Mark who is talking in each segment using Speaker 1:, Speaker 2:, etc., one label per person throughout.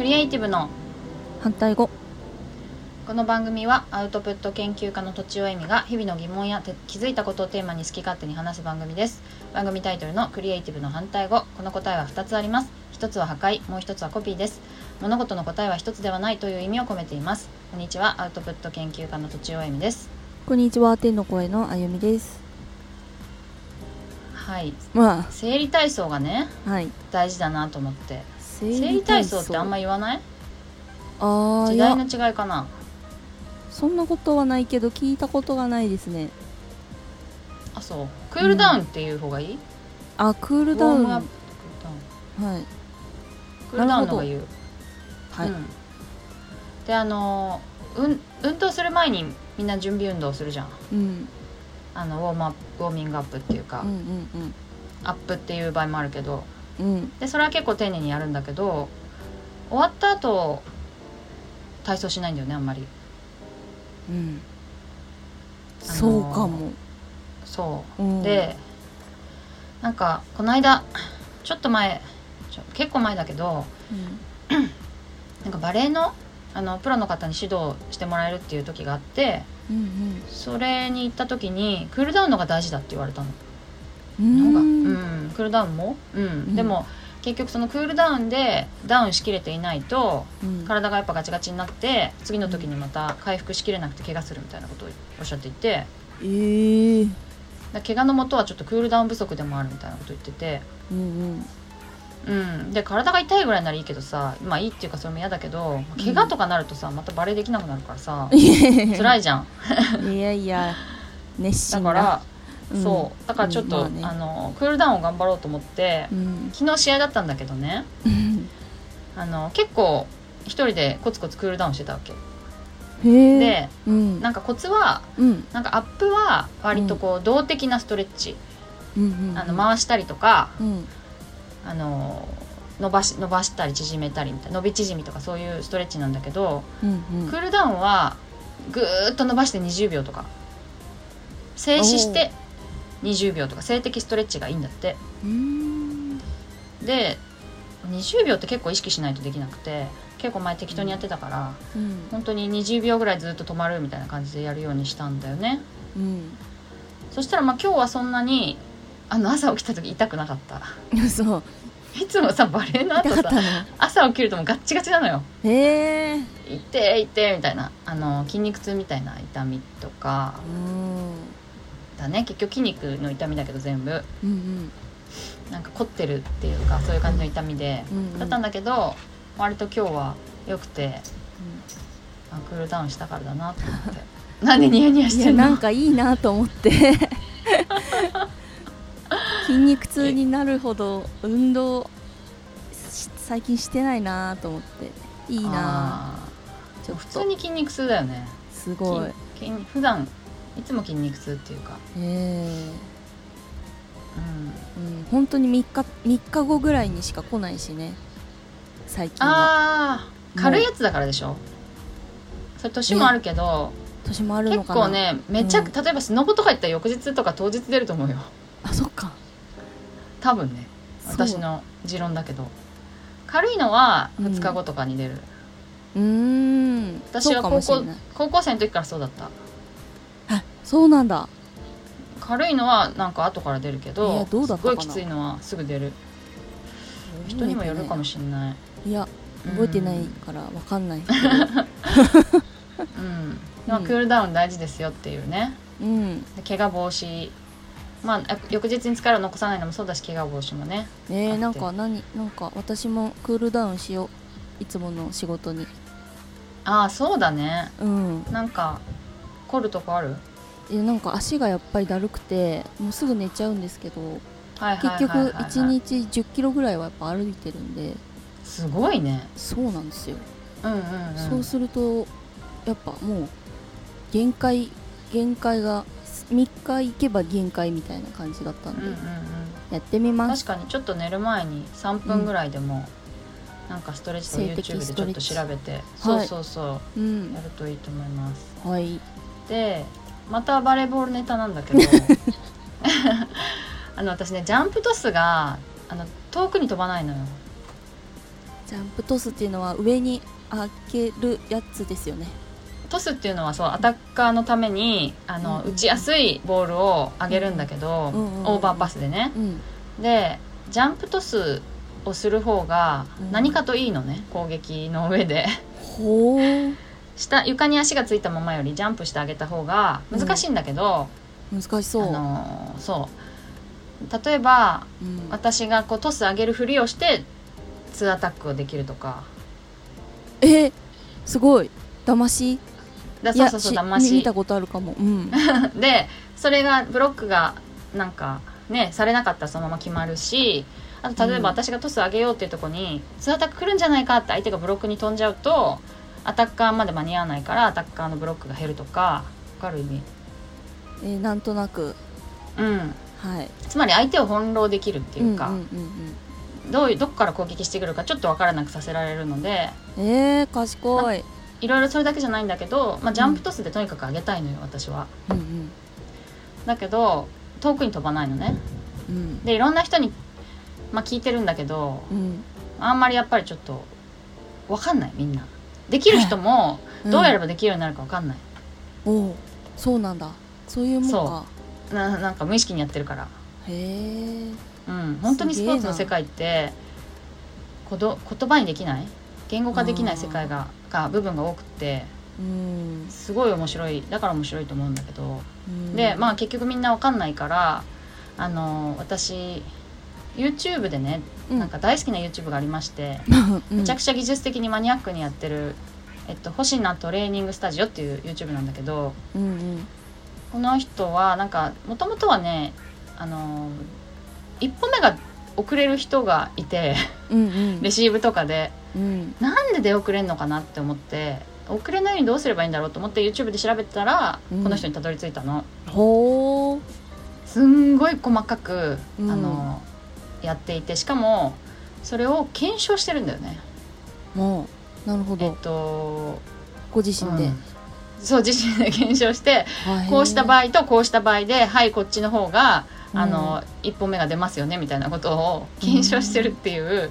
Speaker 1: イティブの
Speaker 2: 反対語
Speaker 1: この番組はアウトプット研究家のとちおえみが日々の疑問やて気づいたことをテーマに好き勝手に話す番組です番組タイトルのクリエイティブの反対語この答えは2つあります一つは破壊もう一つはコピーです物事の答えは一つではないという意味を込めていますこんにちはアウトプット研究家のとちおえみです
Speaker 2: こんにちは天の声のあゆみです
Speaker 1: はい
Speaker 2: ま
Speaker 1: 生理体操がね
Speaker 2: あはい
Speaker 1: 大事だなと思って
Speaker 2: 生
Speaker 1: 生理体操ってあんま言わない
Speaker 2: あー
Speaker 1: 時
Speaker 2: い
Speaker 1: 代
Speaker 2: や
Speaker 1: の違いかな
Speaker 2: そんなことはないけど聞いたことがないですね
Speaker 1: あそうクールダウンっていう方がいい、
Speaker 2: あクー
Speaker 1: ウォ
Speaker 2: ルダ
Speaker 1: ー
Speaker 2: ウン
Speaker 1: ムアッ
Speaker 2: は
Speaker 1: プ
Speaker 2: い
Speaker 1: クールダウンクールダウンの方が言う
Speaker 2: はい、
Speaker 1: うん、であのうん運動する前にみんな準備運動するじゃん
Speaker 2: うん、うん
Speaker 1: あのウォームアップウォーミングアップっていうか、
Speaker 2: うん
Speaker 1: アップっていう場合もあるけど
Speaker 2: うんうん
Speaker 1: でそれは結構丁寧にやるんだけど終わった後体操しないんだよねあんまり
Speaker 2: うん
Speaker 1: あのー
Speaker 2: そうかも、
Speaker 1: そうう、
Speaker 2: ん、
Speaker 1: でなんかこの間ちょっと前ちょ結構前だけど
Speaker 2: うん、
Speaker 1: なんかバレエのあのプロの方に指導してもらえるっていう時があって
Speaker 2: うん
Speaker 1: それに行った時にクールダウンのが大事だって言われたの
Speaker 2: う
Speaker 1: の方
Speaker 2: ん
Speaker 1: が、う
Speaker 2: うん
Speaker 1: ん、クールダウンも、うん
Speaker 2: ん
Speaker 1: でも結局そのクールダウンでダウンしきれていないと
Speaker 2: うん
Speaker 1: 体がやっぱガチガチになって次の時にまた回復しきれなくて怪我するみたいなことをおっしゃっていて
Speaker 2: えー、
Speaker 1: だ怪我のもとはちょっとクールダウン不足でもあるみたいなこと言ってて、
Speaker 2: うん
Speaker 1: うん、で体が痛いぐらいならいいけどさまあいいっていうかそれも嫌だけど怪我とかなるとさまたバレエできなくなるからさ、
Speaker 2: うん
Speaker 1: 辛いじゃん
Speaker 2: いやいや熱心
Speaker 1: だ
Speaker 2: な
Speaker 1: から、
Speaker 2: うん
Speaker 1: そうだからちょっと、
Speaker 2: うんまあ
Speaker 1: あ
Speaker 2: ね
Speaker 1: のクールダウンを頑張ろうと思って、
Speaker 2: うん
Speaker 1: 昨日試合だったんだけどねあの結構一人でコツコツクールダウンしてたわけ、
Speaker 2: へえ
Speaker 1: で
Speaker 2: うん
Speaker 1: なんかコツは
Speaker 2: うん
Speaker 1: なんかアップは割とこう動的なストレッチ、
Speaker 2: うんうん
Speaker 1: あの回したりとか、
Speaker 2: うん
Speaker 1: あの伸ばし伸ばしたり縮めたりみたいな伸び縮みとかそういうストレッチなんだけど、
Speaker 2: うんうん
Speaker 1: クールダウンはぐーっと伸ばして20秒とか静止して20秒とか静的ストレッチがいいんだって
Speaker 2: うーん
Speaker 1: で20秒って結構意識しないとできなくて結構前適当にやってたから、
Speaker 2: うん
Speaker 1: 本当に20秒ぐらいずっと止まるみたいな感じでやるようにしたんだよね
Speaker 2: う
Speaker 1: そしたらまあ今日はそんなにあの朝起きた時痛くなかった
Speaker 2: ん そう
Speaker 1: いつもさバレエの後
Speaker 2: 痛かった
Speaker 1: さ
Speaker 2: の
Speaker 1: 朝起きるともうガッチガチなのよ
Speaker 2: へえ
Speaker 1: 痛て痛いみたいなあの筋肉痛みたいな痛みとか
Speaker 2: うん
Speaker 1: だね結局筋肉の痛みだけど全部
Speaker 2: うん
Speaker 1: なんか凝ってるっていうかそういう感じの痛みで、
Speaker 2: うんうん
Speaker 1: だったんだけど割と今日は良くて
Speaker 2: う
Speaker 1: あクールダウンしたからだなと思って なんでニヤニヤ
Speaker 2: んい
Speaker 1: して
Speaker 2: や
Speaker 1: ん
Speaker 2: なん
Speaker 1: の
Speaker 2: かいいなと思って 筋肉痛になるほど運動し最近してないなと思っていいな
Speaker 1: あー
Speaker 2: ちょっ
Speaker 1: 普通
Speaker 2: と
Speaker 1: に筋肉痛だよね
Speaker 2: すごい
Speaker 1: 筋筋普段いつも筋肉痛っていうか、
Speaker 2: ええ
Speaker 1: うん、
Speaker 2: うん本当に3日3日後ぐらいにしか来ないしね最近は
Speaker 1: あー軽いやつだからでしょそれ年もあるけど、
Speaker 2: 年もあるの
Speaker 1: 結
Speaker 2: かな
Speaker 1: 構ねめちゃく、
Speaker 2: う
Speaker 1: 例えばスノボとか行ったら翌日とか当日出ると思うよ
Speaker 2: あそっか
Speaker 1: 多分ね
Speaker 2: そう
Speaker 1: 私の持論だけど軽いのは2日後とかに出る、
Speaker 2: うーん
Speaker 1: 私
Speaker 2: そ
Speaker 1: は
Speaker 2: うか
Speaker 1: 高
Speaker 2: もしれ
Speaker 1: 校
Speaker 2: ない
Speaker 1: 高校生の時からそうだった
Speaker 2: あそうなんだ
Speaker 1: 軽いのはなんか後から出るけ
Speaker 2: い
Speaker 1: ど
Speaker 2: やどうだっ
Speaker 1: す
Speaker 2: た
Speaker 1: ご
Speaker 2: か
Speaker 1: いき
Speaker 2: な
Speaker 1: ついのはすぐ出る人にもよるかもしれない
Speaker 2: いや
Speaker 1: うん
Speaker 2: 覚えてないからわ かんない
Speaker 1: うん、まあ
Speaker 2: うん
Speaker 1: クールダウン大事ですよっていうね
Speaker 2: うん
Speaker 1: で怪我防止まあや翌日に疲れを残さないのもそうだし怪我防止もね
Speaker 2: え
Speaker 1: あっ
Speaker 2: ー、
Speaker 1: て
Speaker 2: なんか何なんか私もクールダウンしよういつもの仕事に
Speaker 1: ああそうだね
Speaker 2: うん
Speaker 1: なんか凝るとこある
Speaker 2: えなんか足がやっぱりだるくてもうすぐ寝ちゃうんですけど
Speaker 1: はいはい
Speaker 2: 結
Speaker 1: はいはい、
Speaker 2: 局
Speaker 1: はい、
Speaker 2: 1日1 0キロぐらいはやっぱ歩いてるんです
Speaker 1: ごいね
Speaker 2: そうなんですよ
Speaker 1: うんうん、うん、
Speaker 2: そうするとやっぱもう限界限界が3日行けば限界みたいな感じだったん
Speaker 1: うん
Speaker 2: で、
Speaker 1: うんうん
Speaker 2: やってみます
Speaker 1: 確かにちょっと寝る前に3分ぐらいでも、なんかストレッチとか
Speaker 2: 静的
Speaker 1: YouTube で
Speaker 2: ス
Speaker 1: ち
Speaker 2: ト
Speaker 1: ょ
Speaker 2: レ
Speaker 1: っ
Speaker 2: ッ
Speaker 1: と
Speaker 2: チ
Speaker 1: 調べて、そ
Speaker 2: は
Speaker 1: う
Speaker 2: い
Speaker 1: そうそううんやるといいと思います
Speaker 2: はい
Speaker 1: でまたバレーボールネタなんだ けどあの私ねジャンプトスがあの遠くに飛ばないのよ
Speaker 2: ジャンプトスっていうのは上に開けるやつですよね
Speaker 1: トスっていうのはそうアタッカーのためにあの、
Speaker 2: うんうん
Speaker 1: 打ちやすいボールを上げるんだけど、
Speaker 2: うんうんうん
Speaker 1: オーバーパスでね
Speaker 2: うん
Speaker 1: でジャンプトスをする方が
Speaker 2: うん
Speaker 1: 何かといいのね、攻撃の上で
Speaker 2: ほう
Speaker 1: 下床に足がついたままよりジャンプしてあげた方が難しいんだけど、
Speaker 2: 難しそう
Speaker 1: あのそう例えば
Speaker 2: うん、
Speaker 1: 私がこうトス上げるふりをして2アタックをできるとか
Speaker 2: えすごい騙し
Speaker 1: だ
Speaker 2: い
Speaker 1: そう
Speaker 2: や
Speaker 1: そうそう
Speaker 2: し
Speaker 1: 騙
Speaker 2: み見
Speaker 1: した
Speaker 2: ことあるかも うん
Speaker 1: でそれがブロックがなんかねされなかったらそのまま決まるしあと例えば
Speaker 2: うん
Speaker 1: 私がトス上げようっていうとこにツーアタック来るんじゃないかって相手がブロックに飛んじゃうとアタッカーまで間に合わないからアタッカーのブロックが減るとかわかる意味
Speaker 2: えーなんとなく
Speaker 1: うん
Speaker 2: はい
Speaker 1: つまり相手を翻弄できるっていうか、
Speaker 2: んうんうん
Speaker 1: どういうどこから攻撃してくるかちょっとわからなくさせられるので
Speaker 2: うん、えー、賢い、
Speaker 1: いろいろそれだけじゃないんだけど、まあ、ジャンプトスでとにかく上げたいのよ私は
Speaker 2: うん
Speaker 1: だけど遠くに飛ばないのね
Speaker 2: うんうん
Speaker 1: でいろんな人に、まあ、聞いてるんだけど
Speaker 2: うん
Speaker 1: あんまりやっぱりちょっとわかんないみんなできる人も
Speaker 2: うん
Speaker 1: どうやればできるようになるかわかんない、
Speaker 2: おうそうなんだそういうもんか
Speaker 1: ななんか無意識にやってるから
Speaker 2: へえ
Speaker 1: うん本当にスポーツの世界ってこど言葉にできない言語化できない世界がが部分が多くって
Speaker 2: うん、
Speaker 1: すごい面白いだから面白いと思うんだけど、
Speaker 2: うん、
Speaker 1: でまあ結局みんなわかんないからあの私 YouTube でね、
Speaker 2: うん
Speaker 1: なんか大好きな YouTube がありまして、
Speaker 2: め
Speaker 1: めちゃくちゃ技術的にマニアックにやってる、えっと、星名トレーニングスタジオっていう YouTube なんだけど
Speaker 2: うんうん
Speaker 1: この人はなんかもともとはねあの一歩目が遅れる人がい て
Speaker 2: うんうん
Speaker 1: レシーブとかで
Speaker 2: うん
Speaker 1: なんで出遅れんのかなって思って遅れないようにどうすればいいんだろうと思って YouTube で調べてたら、
Speaker 2: うん
Speaker 1: この人にたどり着いたの。
Speaker 2: ほう
Speaker 1: すんごい細かく、
Speaker 2: うん
Speaker 1: あのやっていてしかもそれを検証してるんだよね。
Speaker 2: もうなるほ
Speaker 1: えっ
Speaker 2: ど
Speaker 1: と
Speaker 2: ご自身で、
Speaker 1: うんそう自身で検証して
Speaker 2: はい
Speaker 1: こうした場合とこうした場合ではいこっちの方が
Speaker 2: うん
Speaker 1: あの、一歩目が出ますよねみたいなことを検証してるっていう、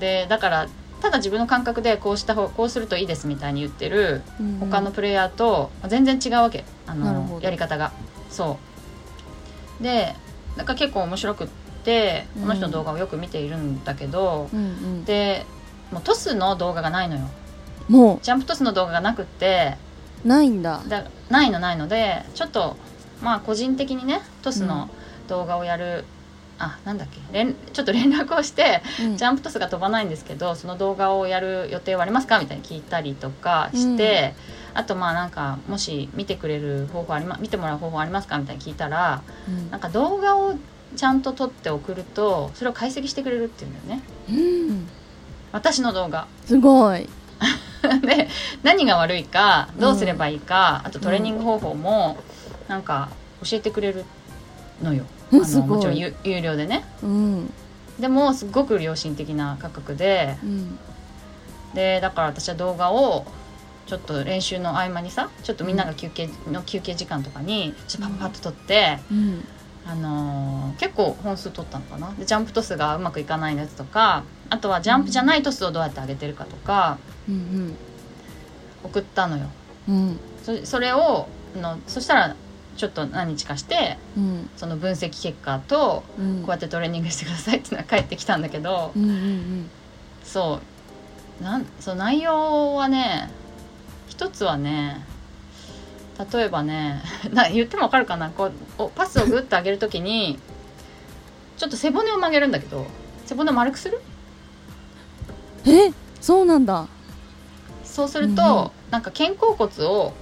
Speaker 1: でだからただ自分の感覚でこうした方こうするといいですみたいに言ってる
Speaker 2: うん
Speaker 1: 他のプレイヤーと全然違うわけあ
Speaker 2: なるほ
Speaker 1: の
Speaker 2: ど
Speaker 1: やり方が。そうでなんか結構面白くってこの人の動画をよく見ているんだけど、
Speaker 2: うんうん
Speaker 1: でもうトスの動画がないのよ
Speaker 2: も
Speaker 1: ジャンプトスの動画がなくって
Speaker 2: うないんだ
Speaker 1: だないのないのでちょっとまあ個人的にねトスの動画をやる、あなんだっけ連ちょっと連絡をして、
Speaker 2: うん
Speaker 1: ジャンプトスが飛ばないんですけどその動画をやる予定はありますかみたいに聞いたりとかして、あとまあなんかもし見てくれる方法あり、ま、見てもらう方法ありますかみたいに聞いたら
Speaker 2: うん
Speaker 1: なんか動画をちゃんと撮って送るとそれを解析してくれるっていうんだよね
Speaker 2: うん
Speaker 1: 私の動画。
Speaker 2: すごい
Speaker 1: で何が悪いかどうすればいいか、あとトレーニング方法もなんか教えてくれるのよ。あの
Speaker 2: すご
Speaker 1: も
Speaker 2: い
Speaker 1: ちろん有有料でね
Speaker 2: うん
Speaker 1: でもすごく良心的な価格で
Speaker 2: うん
Speaker 1: でだから私は動画をちょっと練習の合間にさちょっとみんなが休憩の休憩時間とかにちょっとパッパッと撮って、
Speaker 2: うん
Speaker 1: あのー結構本数取ったのかなでジャンプトスがうまくいかないやつとかあとはジャンプじゃないトスをどうやって上げてるかとか
Speaker 2: うん
Speaker 1: 送ったのよ。
Speaker 2: うんうん
Speaker 1: そそれをあのそしたらちょっと何日かして
Speaker 2: うん
Speaker 1: その分析結果と
Speaker 2: うん
Speaker 1: こうやってトレーニングしてくださいっていうのが返ってきたんだけど、
Speaker 2: うんうん
Speaker 1: そうなんそう内容はね一つはね例えばね な言ってもわかるかなこうおパスをグッと上げるときにちょっと背骨を曲げるんだけど背骨を丸くする
Speaker 2: うんえそうなんだ
Speaker 1: そうすると、
Speaker 2: うんうん
Speaker 1: なんか肩甲骨を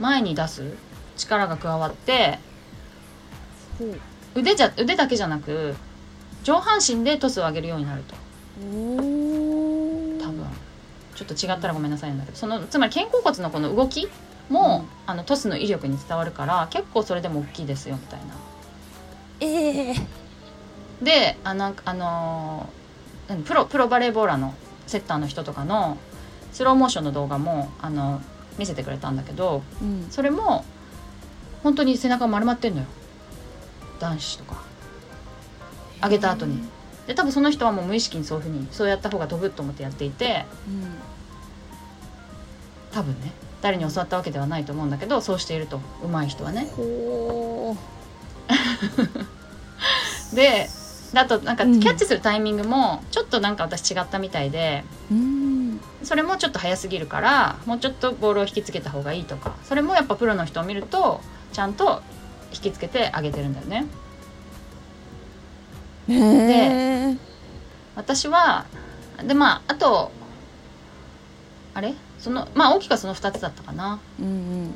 Speaker 1: 前に出す力が加わって腕じゃ腕だけじゃなく上半身でトスを上げるようになると
Speaker 2: おー
Speaker 1: 多分ちょっと違ったらごめんなさいなんだけどそのつまり肩甲骨のこの動きも、
Speaker 2: うん
Speaker 1: あのトスの威力に伝わるから結構それでも大きいですよみたいな。
Speaker 2: ええ
Speaker 1: であなんかあのー何プロプロバレーボーラーのセッターの人とかのスローモーションの動画もあの見せてくれたんだけど
Speaker 2: うん
Speaker 1: それも本当に背中丸まってんのよ男子とか上げた後に。で多分その人はもう無意識にそういうふうにそうやった方が飛ぶと思ってやっていて
Speaker 2: うん
Speaker 1: 多分ね誰に教わったわけではないと思うんだけどそうしていると上手い人はね。
Speaker 2: ほ
Speaker 1: でだとなんか
Speaker 2: う
Speaker 1: キ
Speaker 2: ん
Speaker 1: ャッチするタイミングもちょっとなんか私違ったみたいで、
Speaker 2: ううん
Speaker 1: それもちょっと早すぎるからもうちょっとボールを引きつけた方がいいとかそれもやっぱプロの人を見るとちゃんと引きつけてあげてるんだよね。
Speaker 2: へえ
Speaker 1: 私はでまああとあれそのまあ大きくはその2つだったかな。
Speaker 2: うん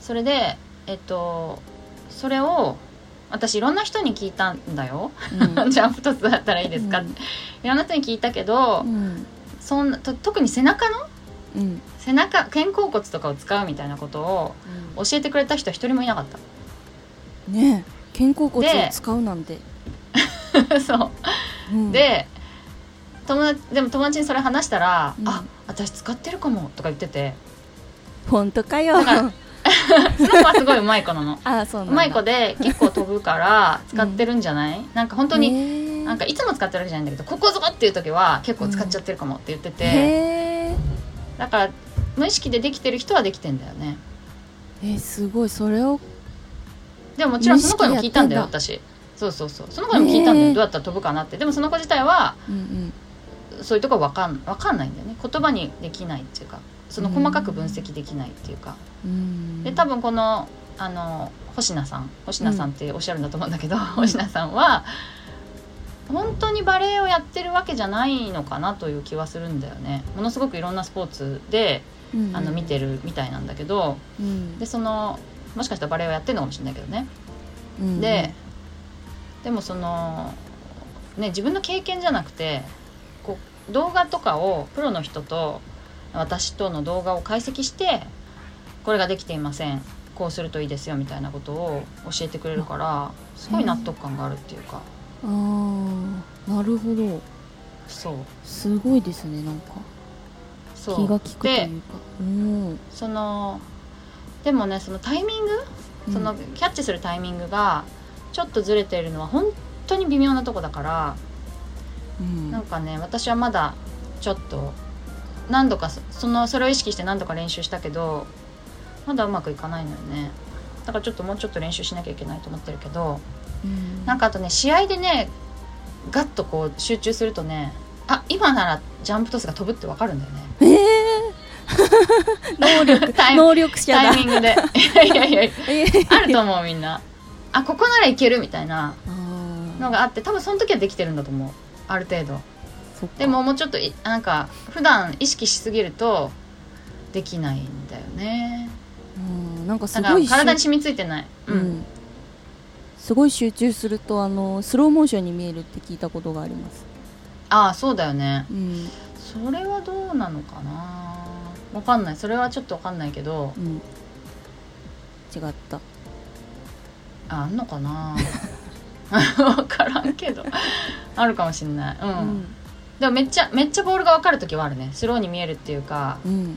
Speaker 1: それでえっとそれを私いろんな人に聞いたんだよ。
Speaker 2: うんうん
Speaker 1: じゃあ2つだったらいいですか、っていろんな人に聞いたけど、
Speaker 2: うん
Speaker 1: そんなと特に背中の
Speaker 2: うん
Speaker 1: 背中肩甲骨とかを使うみたいなことを教えてくれた人一人もいなかっ
Speaker 2: ねえ肩甲骨
Speaker 1: で
Speaker 2: を使うなんて、
Speaker 1: た そう、
Speaker 2: うん、
Speaker 1: で友達でも友達にそれ話したら「
Speaker 2: うん
Speaker 1: あ私使ってるかも」とか言ってて
Speaker 2: 本当かよ
Speaker 1: だからその子はすごいうまい子なの
Speaker 2: あ そう
Speaker 1: う
Speaker 2: なんだ
Speaker 1: まい子で結構飛ぶから使ってるんじゃない、なんか本当に、
Speaker 2: に
Speaker 1: なんかいつも使ってるわけじゃないんだけどここぞっていう時は結構使っちゃってるかもって言って
Speaker 2: へ
Speaker 1: て、
Speaker 2: え
Speaker 1: だから無意識でできてる人はできてんだよね
Speaker 2: えすごいそれを
Speaker 1: でももちろんその子にも聞いたんだよ
Speaker 2: 無意識で
Speaker 1: 私そうそうそうその子にも聞いたんだよ、
Speaker 2: ねえ
Speaker 1: どうやったら飛ぶかなってでもその子自体は
Speaker 2: うん
Speaker 1: そういうとこわかんわかんないんだよね言葉にできないっていうかその細かく分析できないっていうか、
Speaker 2: うんうん
Speaker 1: で多分このあの星名さん星名さんっておっしゃるんだと思うんだけど、星名さんは本当にバレエをやってるわけじゃないのかなという気はするんだよねものすごくいろんなスポーツであの見てるみたいなんだけど
Speaker 2: うん
Speaker 1: でそのもしかしたらバレエをやってるのかもしれないけどね
Speaker 2: うん
Speaker 1: ででもそのね自分の経験じゃなくてこう動画とかをプロの人と私との動画を解析してこれができていませんこうするといいですよみたいなことを教えてくれるからすごい納得感があるっていうか
Speaker 2: あーなるほど
Speaker 1: そう
Speaker 2: すごいですねなんか
Speaker 1: そう
Speaker 2: 気が利くと
Speaker 1: で
Speaker 2: いうかうん
Speaker 1: そのでもねそのタイミングそのキャッチするタイミングがちょっとずれているのは本当に微妙なとこだから
Speaker 2: うん
Speaker 1: なんかね私はまだちょっと何度かそそのそれを意識して何度か練習したけどまだうまくいかないのよねだからちょっともうちょっと練習しなきゃいけないと思ってるけど
Speaker 2: うん
Speaker 1: なんかあとね試合でねガッとこう集中するとねあ今ならジャンプトスが飛ぶってわかるんだよね
Speaker 2: えー 能力
Speaker 1: タイ
Speaker 2: 能力者だ
Speaker 1: タイミングでいやいやいや
Speaker 2: え
Speaker 1: あると思うみんなあここならいけるみたいな
Speaker 2: あ
Speaker 1: のがあって多分その時はできてるんだと思うある程度
Speaker 2: ーそっか
Speaker 1: でももうちょっといなんか普段意識しすぎるとできないんだよね
Speaker 2: うんなんかす
Speaker 1: だから
Speaker 2: ごい
Speaker 1: 体に染みついてない、う
Speaker 2: うんん、すごい集中するとあのスローモーションに見えるって聞いたことがあります、
Speaker 1: ああそうだよね
Speaker 2: うん
Speaker 1: それはどうなのかなわかんないそれはちょっとわかんないけど
Speaker 2: うん、違った
Speaker 1: ああんのかな わからんけどあるかもしんない、うんでもめっちゃめっちゃボールがわかる時はあるねスローに見えるっていうか
Speaker 2: うん、うん、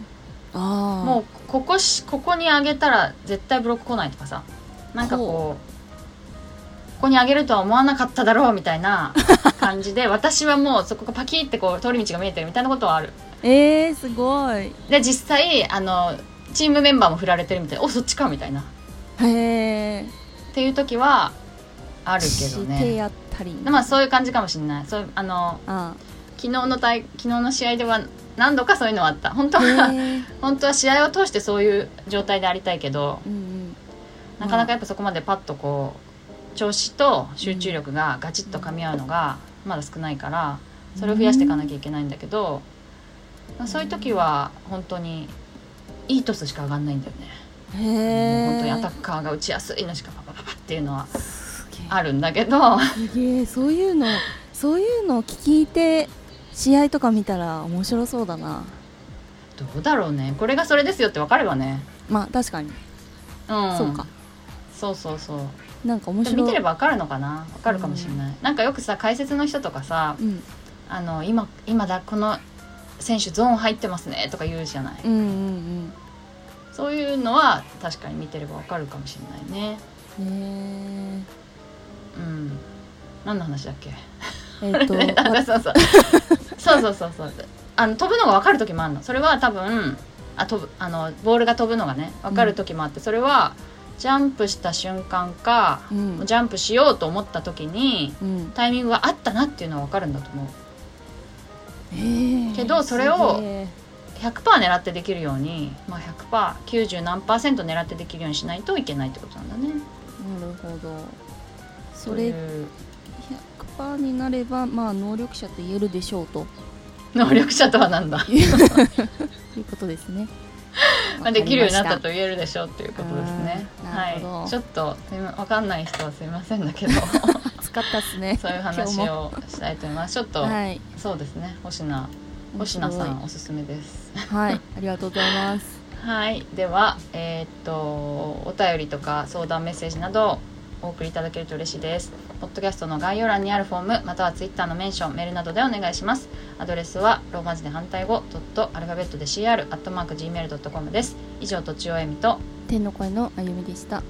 Speaker 2: ああ
Speaker 1: もうここしここに上げたら絶対ブロック来ないとかさなんかこうここに上げるとは思わなかっただろうみたい な感じで私はもうそこがパキってこう通り道が見えてるみたいなことはある
Speaker 2: えー、すごい
Speaker 1: で実際あのチームメンバーも振られてるみたいなおそっちかみたいなっ
Speaker 2: へえ
Speaker 1: ていう時はあ
Speaker 2: あ
Speaker 1: るけど
Speaker 2: して
Speaker 1: ね
Speaker 2: やったり
Speaker 1: まあそういう感じかもしれないそういうあの
Speaker 2: あ
Speaker 1: 昨日の大昨日の試合では何度かそういうのはあった本 当
Speaker 2: ー
Speaker 1: は、
Speaker 2: へえ
Speaker 1: 本当は試合を通してそういう状態でありたいけど
Speaker 2: うんうん
Speaker 1: なかなかやっぱそこまでパッとこう調子と集中力がガチッと噛み合うのがまだ少ないからそれを増やしていかなきゃいけないんだけど、まあそういう時は本当にいいトスしか上がんないんだよね、
Speaker 2: へ
Speaker 1: もう
Speaker 2: え
Speaker 1: 本当にアタッカーが打ちやすいのしかパパパパっていうのは
Speaker 2: すげえ
Speaker 1: あるんだけど
Speaker 2: すげえそういうのそういうのを聞いて試合とか見たら面白そうだな
Speaker 1: どうだろうねこれがそれですよって分かればね、
Speaker 2: まあ確かに、
Speaker 1: うん、
Speaker 2: そうか
Speaker 1: そうそうそう
Speaker 2: なんか面
Speaker 1: で
Speaker 2: 白い
Speaker 1: も見てれば分かるのかな分かるかもしれない、なんかよくさ解説の人とかさ
Speaker 2: うん
Speaker 1: あの今今だこの選手ゾーン入ってますねとか言うじゃない
Speaker 2: うんうん
Speaker 1: そういうのは確かに見てればわかるかもしれないね。
Speaker 2: うんね
Speaker 1: うん。何の話だっけ？
Speaker 2: え っとわ
Speaker 1: そうそうそうそうそうそうあの飛ぶのが分かる時もあるのそれは多分あ飛ぶあのボールが飛ぶのがね分かる時もあって、それはジャンプした瞬間か、
Speaker 2: うん
Speaker 1: ジャンプしようと思った時に
Speaker 2: うん
Speaker 1: タイミングがあったなっていうのは分かるんだと思う
Speaker 2: えー
Speaker 1: けどそれを
Speaker 2: すげえ
Speaker 1: 100%狙ってできるように、まあ100、100%90 何狙ってできるようにしないといけないってことなんだね
Speaker 2: なるほどそ
Speaker 1: そうい
Speaker 2: れ
Speaker 1: う
Speaker 2: 100%になればまあ能力者と言えるでしょうと
Speaker 1: 能力者とはなんだ
Speaker 2: いうことですね
Speaker 1: まあ、できるようになった
Speaker 2: わか
Speaker 1: と言えるでしょうっていうことですね。
Speaker 2: あーなるほど
Speaker 1: はい、ちょっとすいまわかんない人はすいませんだ けど、
Speaker 2: りました暑かったですね
Speaker 1: そういう話をしたいと思います。ちょっと、
Speaker 2: はい
Speaker 1: そうですね、星名星名さ
Speaker 2: 面
Speaker 1: んおすすめです。
Speaker 2: 白いはいありがとうございます
Speaker 1: はい、ではえーっとお便りとか相談メッセージなどお送りいただけると嬉しいです。ポッドキャストの概要欄にあるフォームまたはツイッターのメンションメールなどでお願いします。アドレスはローマ字で反対語ドットアルファベットで cr アットマーク gmail ドットコムです。以上とちおえみと
Speaker 2: 天の声のあゆみでした